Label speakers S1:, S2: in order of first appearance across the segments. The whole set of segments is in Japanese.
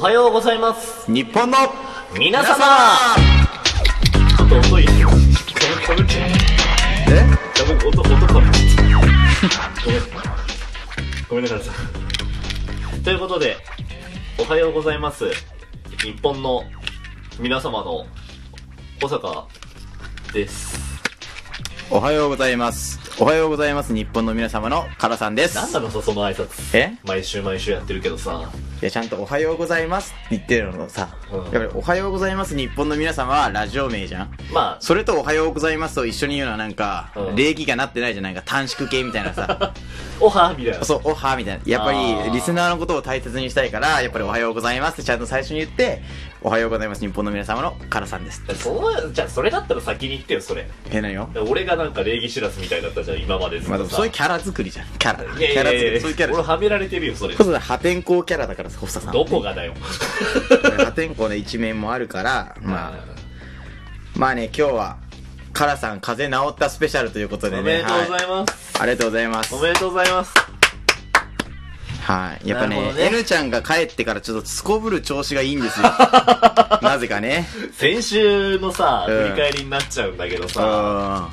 S1: はようございます
S2: 日本の
S1: 皆様ちょっと遅いですよかぶかぶっちゃう
S2: え
S1: 多分音音かぶっちゃうごめんごめんなさいさんということでおはようございます日本の皆様の小坂です
S2: おはようございます。おはようございます。日本の皆様のカラさんです。
S1: なんだろうさその挨拶
S2: え
S1: 毎週毎週やってるけどさ
S2: いや、ちゃんとおはようございますって言ってるのさ、
S1: うん
S2: やっぱりおはようございます日本の皆様はラジオ名じゃん。
S1: まあ
S2: それとおはようございますと一緒に言うのはなんか
S1: う、ん
S2: 礼儀がなってないじゃんないか、短縮系みたい なさ、
S1: おはみたいな
S2: そう、おはみたいな。やっぱ
S1: あー
S2: りリスナーのことを大切にしたいから、やっぱりおはようございますってちゃんと最初に言って、おはようございます日本の皆様のカラさんです。
S1: そうじゃあそれだったら先に言ってよそれ
S2: え、何よ
S1: 俺がなんか礼儀知らずみたいだったじゃん今までずっと
S2: まあでもそういう
S1: さ
S2: キャラ作りじゃん。キャラ。
S1: い
S2: キ
S1: やい
S2: ャラ
S1: や
S2: 作
S1: い
S2: り。
S1: や
S2: そういうキャラ
S1: 俺
S2: 作り。
S1: はめられてるよそ れ
S2: こそ破天荒キャラだから、ホッサさん。
S1: どこがだよ
S2: 破天荒な一面もあるから、 まあ、まあね、今日は、カラさん風邪治ったスペシャルということ
S1: お
S2: でね。
S1: めでとうご
S2: は
S1: ざ
S2: い
S1: います、
S2: ありがとうございます
S1: お。めでとうございます
S2: はい。やっぱ
S1: なる
S2: ね
S1: ほ、どね
S2: N ちゃんが帰ってからちょっとすこぶる調子がいいん ですよ。なぜかね。
S1: 先週のさ
S2: うん
S1: 振り返りになっちゃうんだけど
S2: うん。
S1: さ、
S2: は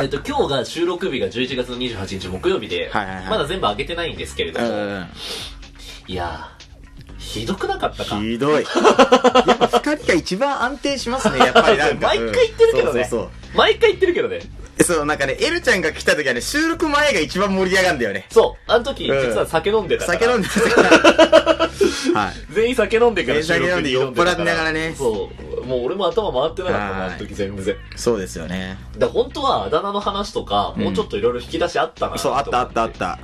S1: えっと今日が収録日が11月28日木曜日で、
S2: はいはいはい
S1: まだ全部上げてないんですけれど
S2: う
S1: も、
S2: ん。
S1: いやーひどくなかったか
S2: ひどい。やっぱ光が一番安定し ますね、やっぱりなんか。
S1: 毎回言ってるけどね
S2: うんそうそうそう。
S1: 毎回言ってるけどね
S2: そう、なんかね、エルちゃんが来た時はね、収録前が一番盛り上がるんだよね。
S1: そうあの時、
S2: うん
S1: 実は酒飲んでたから
S2: 酒飲んでた から。はい。
S1: 全員酒飲んでから
S2: 全員酒飲んで
S1: 収録にた
S2: 酔っ払ってながらね
S1: そうもう俺も頭回ってなかったな
S2: は
S1: あ
S2: い
S1: の時全然
S2: そうですよね。
S1: だから本当はあだ名の話とか、もうちょっといろいろ引き出しあったな
S2: そう、あったあったあった。
S1: た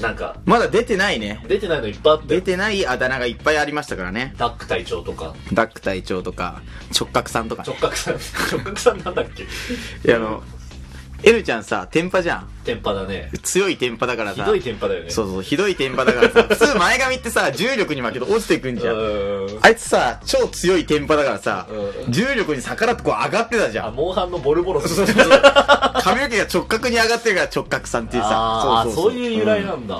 S1: なんか
S2: まだ出てないね。
S1: 出てないのいっぱいあった
S2: 出
S1: よ
S2: てないあだ名がいっぱいありましたからね。
S1: ダック隊長とか
S2: ダック隊長とか、直角さんとかね
S1: 直。角さん直角さんなんだっけ
S2: いや、あの、エルちゃんさ、テンパじゃん。
S1: テンパだね
S2: 強いテンパだから
S1: ひ
S2: さ。
S1: どいテンパだよね
S2: そうそう、ひどいテンパだか らさ。普通前髪ってさ、重力に負けて落ちていくんじゃん。
S1: うーん
S2: あいつさ、超強いテンパだからさ
S1: う、
S2: 重力に逆らってこう上がってたじゃ
S1: あ
S2: ん。
S1: モンハンのボルボロス
S2: そうそうそう髪の毛が直角に上がってるから直角さんっていう
S1: あ
S2: さ。
S1: あそういう由来な
S2: の
S1: んだ、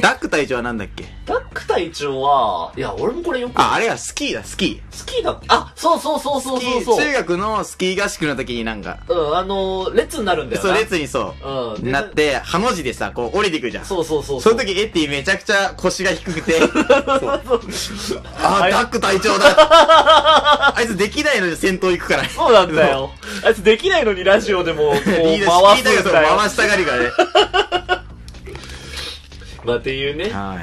S2: ダック隊長はなんだっけ
S1: ダック隊長はいや俺もこれよく好
S2: あ、あれはスキーだ、スキー。
S1: きだあそうそうそうそう
S2: スキ
S1: そうそ
S2: ー
S1: う
S2: 中学のスキー合宿の時になんか、
S1: うんあのー列になるんだよな
S2: そう、列にそう、
S1: うん
S2: なって、ハの字でさ、こう降りてくじゃん。
S1: そうそうそう
S2: そうの時、エッティめちゃくちゃ腰が低くて、そうあ
S1: は
S2: ー、
S1: い
S2: ダック隊長だあいつできないのに先頭行くからね。
S1: そうなんだよ。あいつできないのにラジオでも、こう、
S2: そう。
S1: 回
S2: リーダー、ス
S1: す
S2: キー
S1: ん
S2: だ
S1: だよ。
S2: 回したがりがね。
S1: まあっていうね、
S2: は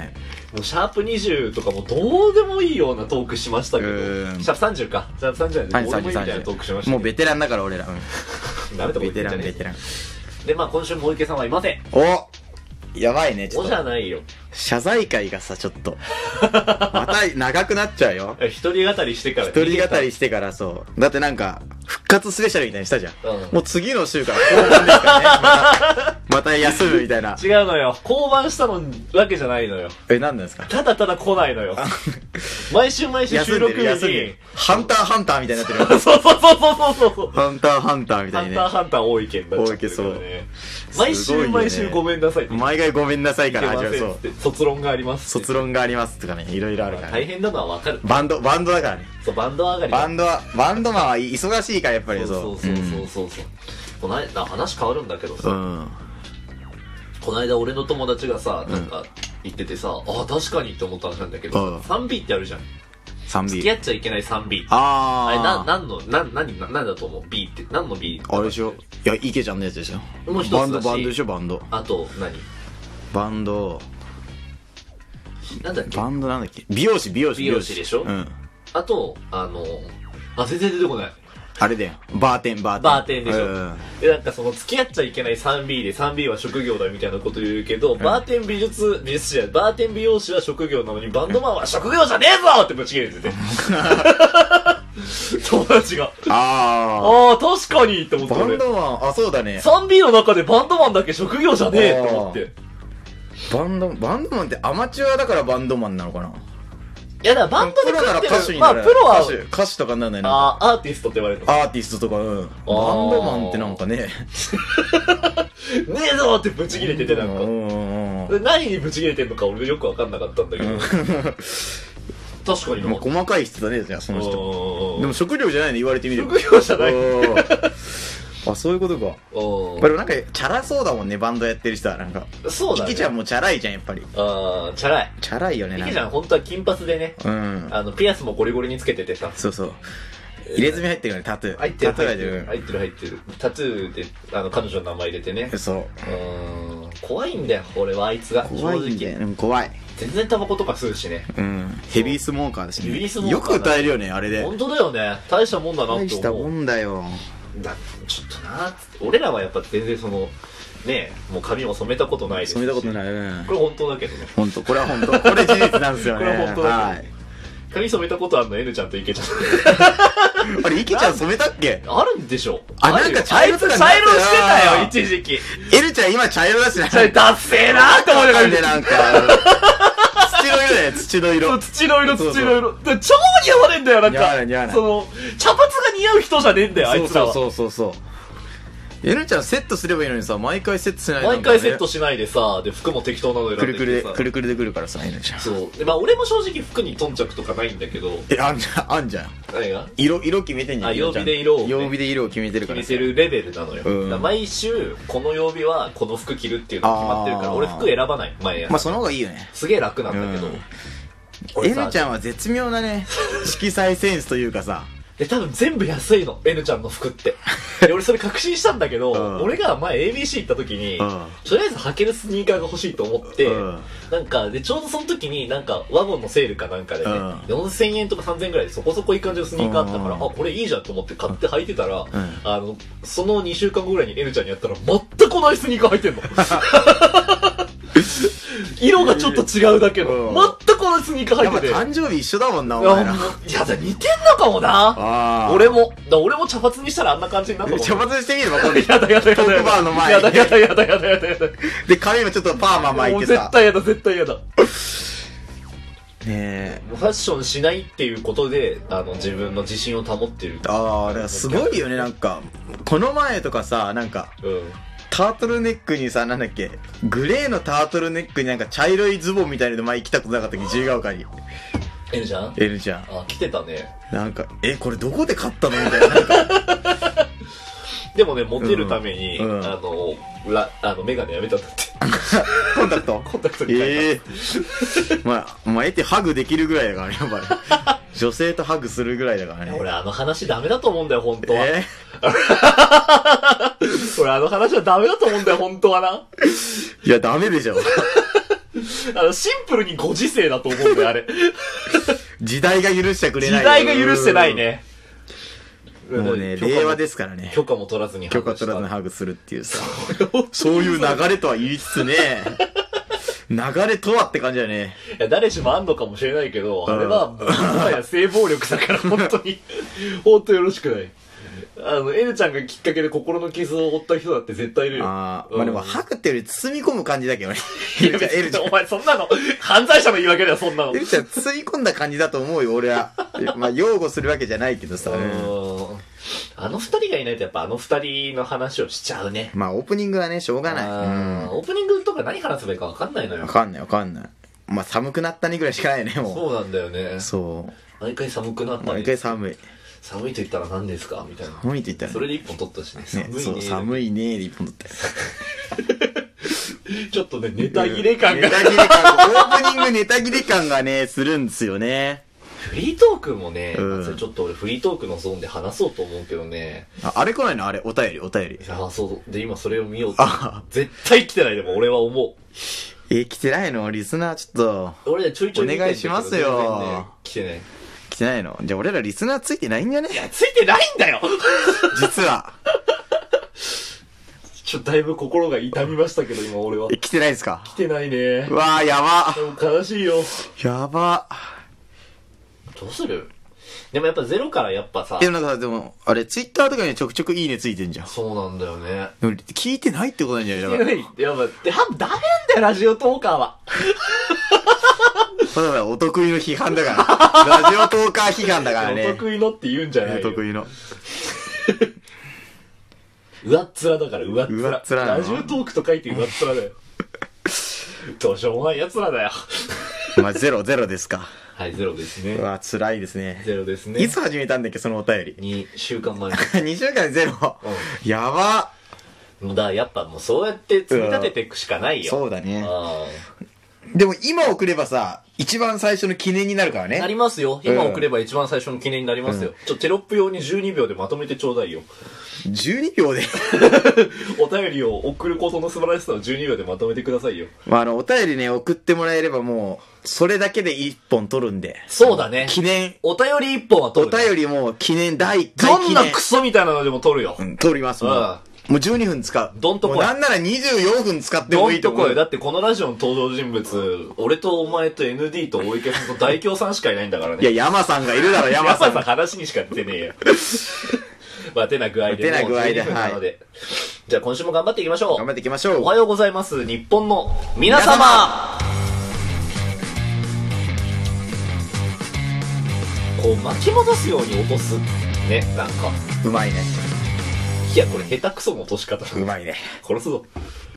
S2: い。
S1: もうシャープ20とかもどうでもいいようなトークしましたけど、
S2: う
S1: シャ
S2: ー
S1: ー
S2: ん
S1: プ30か。シャープ30じゃないどうでもいいみたいなトークしましたけど。
S2: もうベテランだから俺ら。うん
S1: なめたこ
S2: ベ
S1: と言
S2: テ
S1: っ
S2: ラ
S1: て
S2: ン、
S1: んじゃ
S2: ベ
S1: ね
S2: テラン。
S1: えで、まあ今週も小池さんはいません。
S2: おやばいね、ちょ
S1: お
S2: っ
S1: じゃ
S2: と。
S1: ないよ。
S2: 謝罪会がさ、ちょっと。また長くなっちゃうよ。
S1: 一人語りしてから。
S2: 一人語りしてからそう。だってなんか、復活スペシャルみたいにしたじゃん。
S1: うん
S2: もう次の週から後半ですからね。またまた休むみたいな。
S1: 違うのよ。降板したのわけじゃないのよ。
S2: え、何なんですか
S1: ただただ来ないのよ。毎週毎週収
S2: 休んで
S1: 録日
S2: る、休んで
S1: に
S2: る。。ハンターハンターみたいになってるよ。
S1: そうそうそうそうそうそう。
S2: ハンターハンターみた
S1: ハ
S2: い
S1: ン
S2: に
S1: ター
S2: ね。
S1: ハンター多いけんだっちゃってるからね。毎
S2: す
S1: 週
S2: ごいよね
S1: 毎週ごめんなさいって
S2: 毎回ごめんなさい
S1: い
S2: か
S1: け
S2: ら
S1: ま
S2: 始
S1: せ
S2: まる。そ
S1: んっ
S2: う。
S1: て卒論がありますって
S2: 卒論がありますとかね、いろいろあるから
S1: 大
S2: ね。
S1: 変なのはわかる
S2: バンド、バンドだからね。
S1: そうバンド上がり
S2: バンドは、バンドマンは忙しいからやっぱり
S1: そ
S2: そうう。
S1: そうそうそうそうこないだ話変わるんだけど
S2: う
S1: さ
S2: ん。うん。
S1: こないだ俺の友達がさなんか言っててさあ確かにって思った話なんだけ
S2: う
S1: ど
S2: ん
S1: 3B ってあるじゃん付き
S2: 3B。
S1: 合っちゃいけない 3B
S2: あ
S1: あ
S2: ー。
S1: れな何のな何な何だと思う B って何の B
S2: あれでしょいや、池ちゃんのやつでしょ
S1: もう一つだし
S2: バンド、バンドでしょ、バンド。
S1: あと何
S2: バンド、
S1: なんだっけ
S2: バンドなんだっけ美容師、美容師、
S1: 美容師でしょ
S2: うん。
S1: あとあのあ全然出てこない
S2: あれだよ。バーテン、バーテン。
S1: バーテンでしょ
S2: うん
S1: でなんかその付き合っちゃいけない 3B で 3B は職業だみたいなこと言うけど、バーテン美術美術師じゃないバーテン美容師は職業なのにバンドマンは職業じゃねえぞってぶち切れて て友達が
S2: あ
S1: ああ確かにって思っ
S2: ー。
S1: て
S2: バン
S1: 俺
S2: ドマン、あ、そうだね。
S1: 3B の中でバンドマンだけ職業じゃねえって思ってい
S2: バンド、バンドマンってアマチュアだからバンドマンなのかな
S1: やだからバンドで
S2: プロなら
S1: 食ってる
S2: 歌手に
S1: まあ
S2: なる。
S1: プロは
S2: 歌手、歌手とかにならないの
S1: あーアーティストって言われるのね
S2: アーティストとか、うん。バンドマンってなんかね。
S1: えぞってぶち切れててなんか
S2: うんうんうん
S1: で何にブチ切れてんのか俺よく分かんなかったんだけど、確かにな
S2: もう細かい人だねじゃあその人でも職業じゃないの言われてみる
S1: 職業じゃない
S2: あそういうことか
S1: うん
S2: まあでもなんかチャラそうだもんねバンドやってる人はなんか
S1: そうだ
S2: キ
S1: ね
S2: キちゃんもチャラいじゃんやっぱり
S1: あーチャラい
S2: チャラいよね
S1: い
S2: なん
S1: きちゃん
S2: か
S1: 本当は金髪でね
S2: うん
S1: あのピアスもゴリゴリにつけててさ
S2: そうそう入れ墨入ってるよねタトゥー
S1: 入ってる
S2: タトゥ
S1: 入っ
S2: ー入
S1: る
S2: っててる
S1: 入ってる入ってるタトゥーであの彼女の名前入れてね
S2: うんそう
S1: うーん怖いんだよ俺はあいつが
S2: 怖いんだ
S1: 正
S2: よ
S1: 直
S2: うん怖い
S1: 全然タバコとか吸うしね
S2: うんヘビースモーカーだしね
S1: ヘビースモーカー
S2: よ
S1: だ
S2: く歌えるよねあれで
S1: 本当だよね大したもんだな
S2: 大
S1: って
S2: した
S1: 思
S2: も
S1: うん
S2: だよ
S1: だちょっとなっつって俺らはやっぱ全然そのねえもう髪も染めたことないですし
S2: 染めたことないいうん
S1: これ本当だけどね
S2: 本当これは本当これ事実なんですよね
S1: これ本当だ
S2: はい
S1: 髪染めたことあるの N ちゃんといけちゃん
S2: あれイケちゃん染めたっけ
S1: あるんでしょ
S2: あ
S1: るよ
S2: なんか茶色とか
S1: あいつ
S2: なんか
S1: 茶色してたよ
S2: な
S1: 一時期
S2: エルちゃん今茶色だしな
S1: それダッセーなーって思いながら見て
S2: で
S1: た
S2: なんか土の色だよ土の
S1: そう
S2: 色
S1: 土の色、
S2: そうそう
S1: 土の色。で超似合わねえんだよ、なん
S2: 似合わない似合わ
S1: か。
S2: な
S1: そ
S2: い
S1: の、茶髪が似合う人じゃねえんだよ、あいつらは。
S2: そうそうそうそうエルちゃんセットすればいいのにさ毎回セットしない
S1: 毎回セット
S2: し
S1: しないでさ、で、服も適当なの選
S2: く
S1: んで
S2: る
S1: きて
S2: くるで
S1: さ
S2: くるくるでくるからさエルちゃん
S1: そう。で、まあ俺も正直服に頓着とかないんだけど、
S2: えあん じゃんあんじゃん
S1: 何が
S2: 色色決めてんじゃん
S1: あ
S2: エルち
S1: 曜日
S2: ゃん
S1: で色をね
S2: 曜日で色を決めてるか
S1: 決め
S2: ら
S1: てるレベルなのよ。
S2: う
S1: だ
S2: ん
S1: から毎週、この曜日はこの服着るっていうのが決まってるから、
S2: あー
S1: 俺服選ばない、前や。
S2: まあその方がいいよね
S1: すげえ楽なんだけ
S2: うん
S1: ど。俺
S2: エ
S1: さ
S2: ルちゃんは絶妙な ね色彩センスというかさ
S1: で、多分全部安いの、N ちゃんの服って。で、俺それ確信したんだけど、
S2: うん
S1: 俺が前 ABC 行った時に、
S2: うん
S1: とりあえず履けるスニーカーが欲しいと思って、
S2: うん
S1: なんか、で、ちょうどその時になんか、ワゴンのセールかなんかでね、
S2: うん
S1: 4000円とか3000円ぐらいでそこそこいい感じのスニーカーあったから、
S2: うん
S1: あ、これいいじゃんと思って買って履いてたら、
S2: ん
S1: あの、その2週間後ぐらいに N ちゃんにやったら、全く同じスニーカー履いてん の。色がちょっと違うだけの、
S2: うん
S1: 全く同じスニーカー履
S2: やっぱ
S1: いてて。
S2: 誕生日一緒だもんなお
S1: いや
S2: 前ら
S1: もういやだ似てんのかもな。
S2: ああ
S1: 俺も、だ俺も茶髪にしたらあんな感じになった
S2: 茶
S1: もん。
S2: 髪してみればわかんない
S1: やだやだやだやだ。
S2: トークバーの前
S1: やだやだやだやだやだやだ。
S2: で髪もちょっとパーマ巻い
S1: もう
S2: て
S1: 絶
S2: さ
S1: 対やだ、絶対やだ。も
S2: ねえ
S1: うファッションしないっていうことで、あの、自分の自信を保ってる。
S2: ああだからすごいよねなんかこの前とかさなんか
S1: うん。
S2: タートルネックにさなんだっけグレーのタートルネックになんか茶色いズボンみたいなの前来たことなかったっけ自由が丘に
S1: えるじゃん
S2: N ちゃん
S1: あ、来てたね。
S2: なんかえこれどこで買ったのみたいななんか
S1: でもね、モテるために、
S2: うんうん
S1: あの、ら、あの、メガネやめたんだって。
S2: コンタクト
S1: コンタクトに変
S2: え
S1: え
S2: えまあまあえてハグできるぐらいだからねやっぱり女性とハグするぐらいだから
S1: た。
S2: ね
S1: 俺あの話ダメだと思うんだよ、本当は。
S2: え
S1: 俺あの話はダメだと思うんだよ、本当はな。
S2: ーいやダメでしょ
S1: あの、シンプルにご時世だと思うんだよ、あれ。
S2: 時代が許してくれ
S1: 時
S2: ない
S1: 代が許してないね。
S2: もうね
S1: 許可も
S2: 令和ですから ね
S1: 許可も取らずに
S2: 許可取らずに
S1: な
S2: ハグするってい うさそういう流れとは言いつつね流れとはって感じだよね
S1: いや誰しもあんのかもしれないけど、
S2: ん
S1: あれは、もや性暴力だから、本当に、 本当よろしくない。あの、エルちゃんがきっかけで心の傷を負った人だって絶対いるよ。
S2: ああ、まあでも、ハグってより包み込む感じだけどね。
S1: い
S2: エ
S1: や
S2: ルちゃん、エル
S1: 別に
S2: ちゃん
S1: お。前そんなの、犯罪者の言い訳だよ、そんなの。
S2: エルちゃん、包み込んだ感じだと思うよ、俺 は。まあ、擁護するわけじゃないけどさ。
S1: うんあの二人がいないとやっぱあの二人の話をしちゃうね。
S2: まあ、オープニングはね、しょうがない。
S1: あーオープニングとか何話せばいいかわかんないの
S2: うん。わ
S1: よ。
S2: かんない、わかんない。まあ、寒くなったねぐらいしかないね、も
S1: そうなんだよね
S2: う。。そう。
S1: 毎回寒くなった
S2: 毎
S1: り
S2: 回寒い。
S1: 寒いと言ったら何ですかみたいな
S2: 寒いって言った
S1: そ
S2: ら
S1: れで一本取ったしね
S2: ね。ね、
S1: 寒い
S2: そう、
S1: ね
S2: 寒いねで一本取って。
S1: ちょっとねネタ切れ感が
S2: ネタ切れ感。オープニングネタ切れ感がね、するんですよね。
S1: フリートークもね、
S2: うん
S1: それちょっと俺フリートークのゾーンで話そうと思うけどね
S2: ああれ来ないのあれ、お便り、お便り
S1: い。やーそうで今それを見ようと
S2: あ
S1: 絶対来てないでも俺は思
S2: えー、来てないのリスナー、ちょっと。
S1: う俺ねちょいちょい見てんだけど
S2: お願いしますよ
S1: 全然ね来てない
S2: 来てないのじゃあ俺らリスナーついてないんじゃね
S1: いやついてないんだよ
S2: 実は。
S1: ちょっとだいぶ心が痛みましたけど今俺は
S2: え、来てないですか
S1: 来てないね
S2: うわー、やば。
S1: でも悲しいよ
S2: やば。
S1: どうするでもやっぱゼロからやっぱさ
S2: でもなんかさ、でも、あれ、ツイッターとかにちょくちょくいいねついてんじゃん。
S1: そうなんだよね
S2: でも聞いてないってことなんじゃないだから、
S1: いや、まあ、で、は、ダメなんだよ、ラジオトーカーは。
S2: そうだからお得意の批判だから。ラジオトーカー批判だから
S1: お
S2: ね。
S1: 得意のって言うんじゃない
S2: お
S1: よ。
S2: 得意の。
S1: 上っ面だから、上っ面。
S2: 上っ面なの
S1: ラジオトークと書いて上っ面だよ。どうしようもない奴らだよ。
S2: まあ、ゼロゼロですか。
S1: はい、ゼロです
S2: う
S1: ね。
S2: わ、辛いですね。
S1: ゼロですね。
S2: いつ始めたんだっけ、そのお便り。
S1: ?2 週間前に。
S2: 2週間でゼロ。やば。
S1: だからやっぱもうそうやって積み立てていくしかないよ。
S2: そうだね。
S1: う
S2: でも今送ればさ、一番最初の記念になるから
S1: んな
S2: ね。
S1: りますよ。今送れば一番最初の記念になりますよ。ちょ、テロップ用に12秒でまとめてちょうだいよ。
S2: 12秒で。
S1: お便りを送ることの素晴らしさを12秒でまとめてくださいよ。
S2: まあ、あの、お便りね、送ってもらえればもう、それだけで一本取るんで。
S1: そうだね
S2: 記念、
S1: お便り一本は
S2: お
S1: 取るね。
S2: 便りもう記念第1回
S1: どん
S2: 記念。
S1: なクソみたいなのでも取るよ。
S2: うん、取りますも
S1: う
S2: ん。
S1: ん
S2: もう12分使う。
S1: どんとこい
S2: もうなんなら24分使って
S1: ど
S2: も
S1: ん
S2: いいと
S1: と
S2: 思
S1: こ
S2: う。
S1: よ。だってこのラジオの登場人物、俺とお前と ND と大池さんと大京さんしかいないんだからね。
S2: いや、山さんがいるだろ、
S1: 山さ
S2: 山さ
S1: ん
S2: ん
S1: の。話にしか出てね えよ。まあ、てな具合で。
S2: てな具合で
S1: もう12分なのでじゃあ今週も頑張っていきましょう。
S2: 頑張っていきましょう。
S1: おはようございます。日本の皆
S2: 皆
S1: 様こう巻き戻すように落とす。ね、なんか。
S2: うまいね。
S1: いや、これ下手くその落とし方。
S2: うまいね。
S1: 殺すぞ。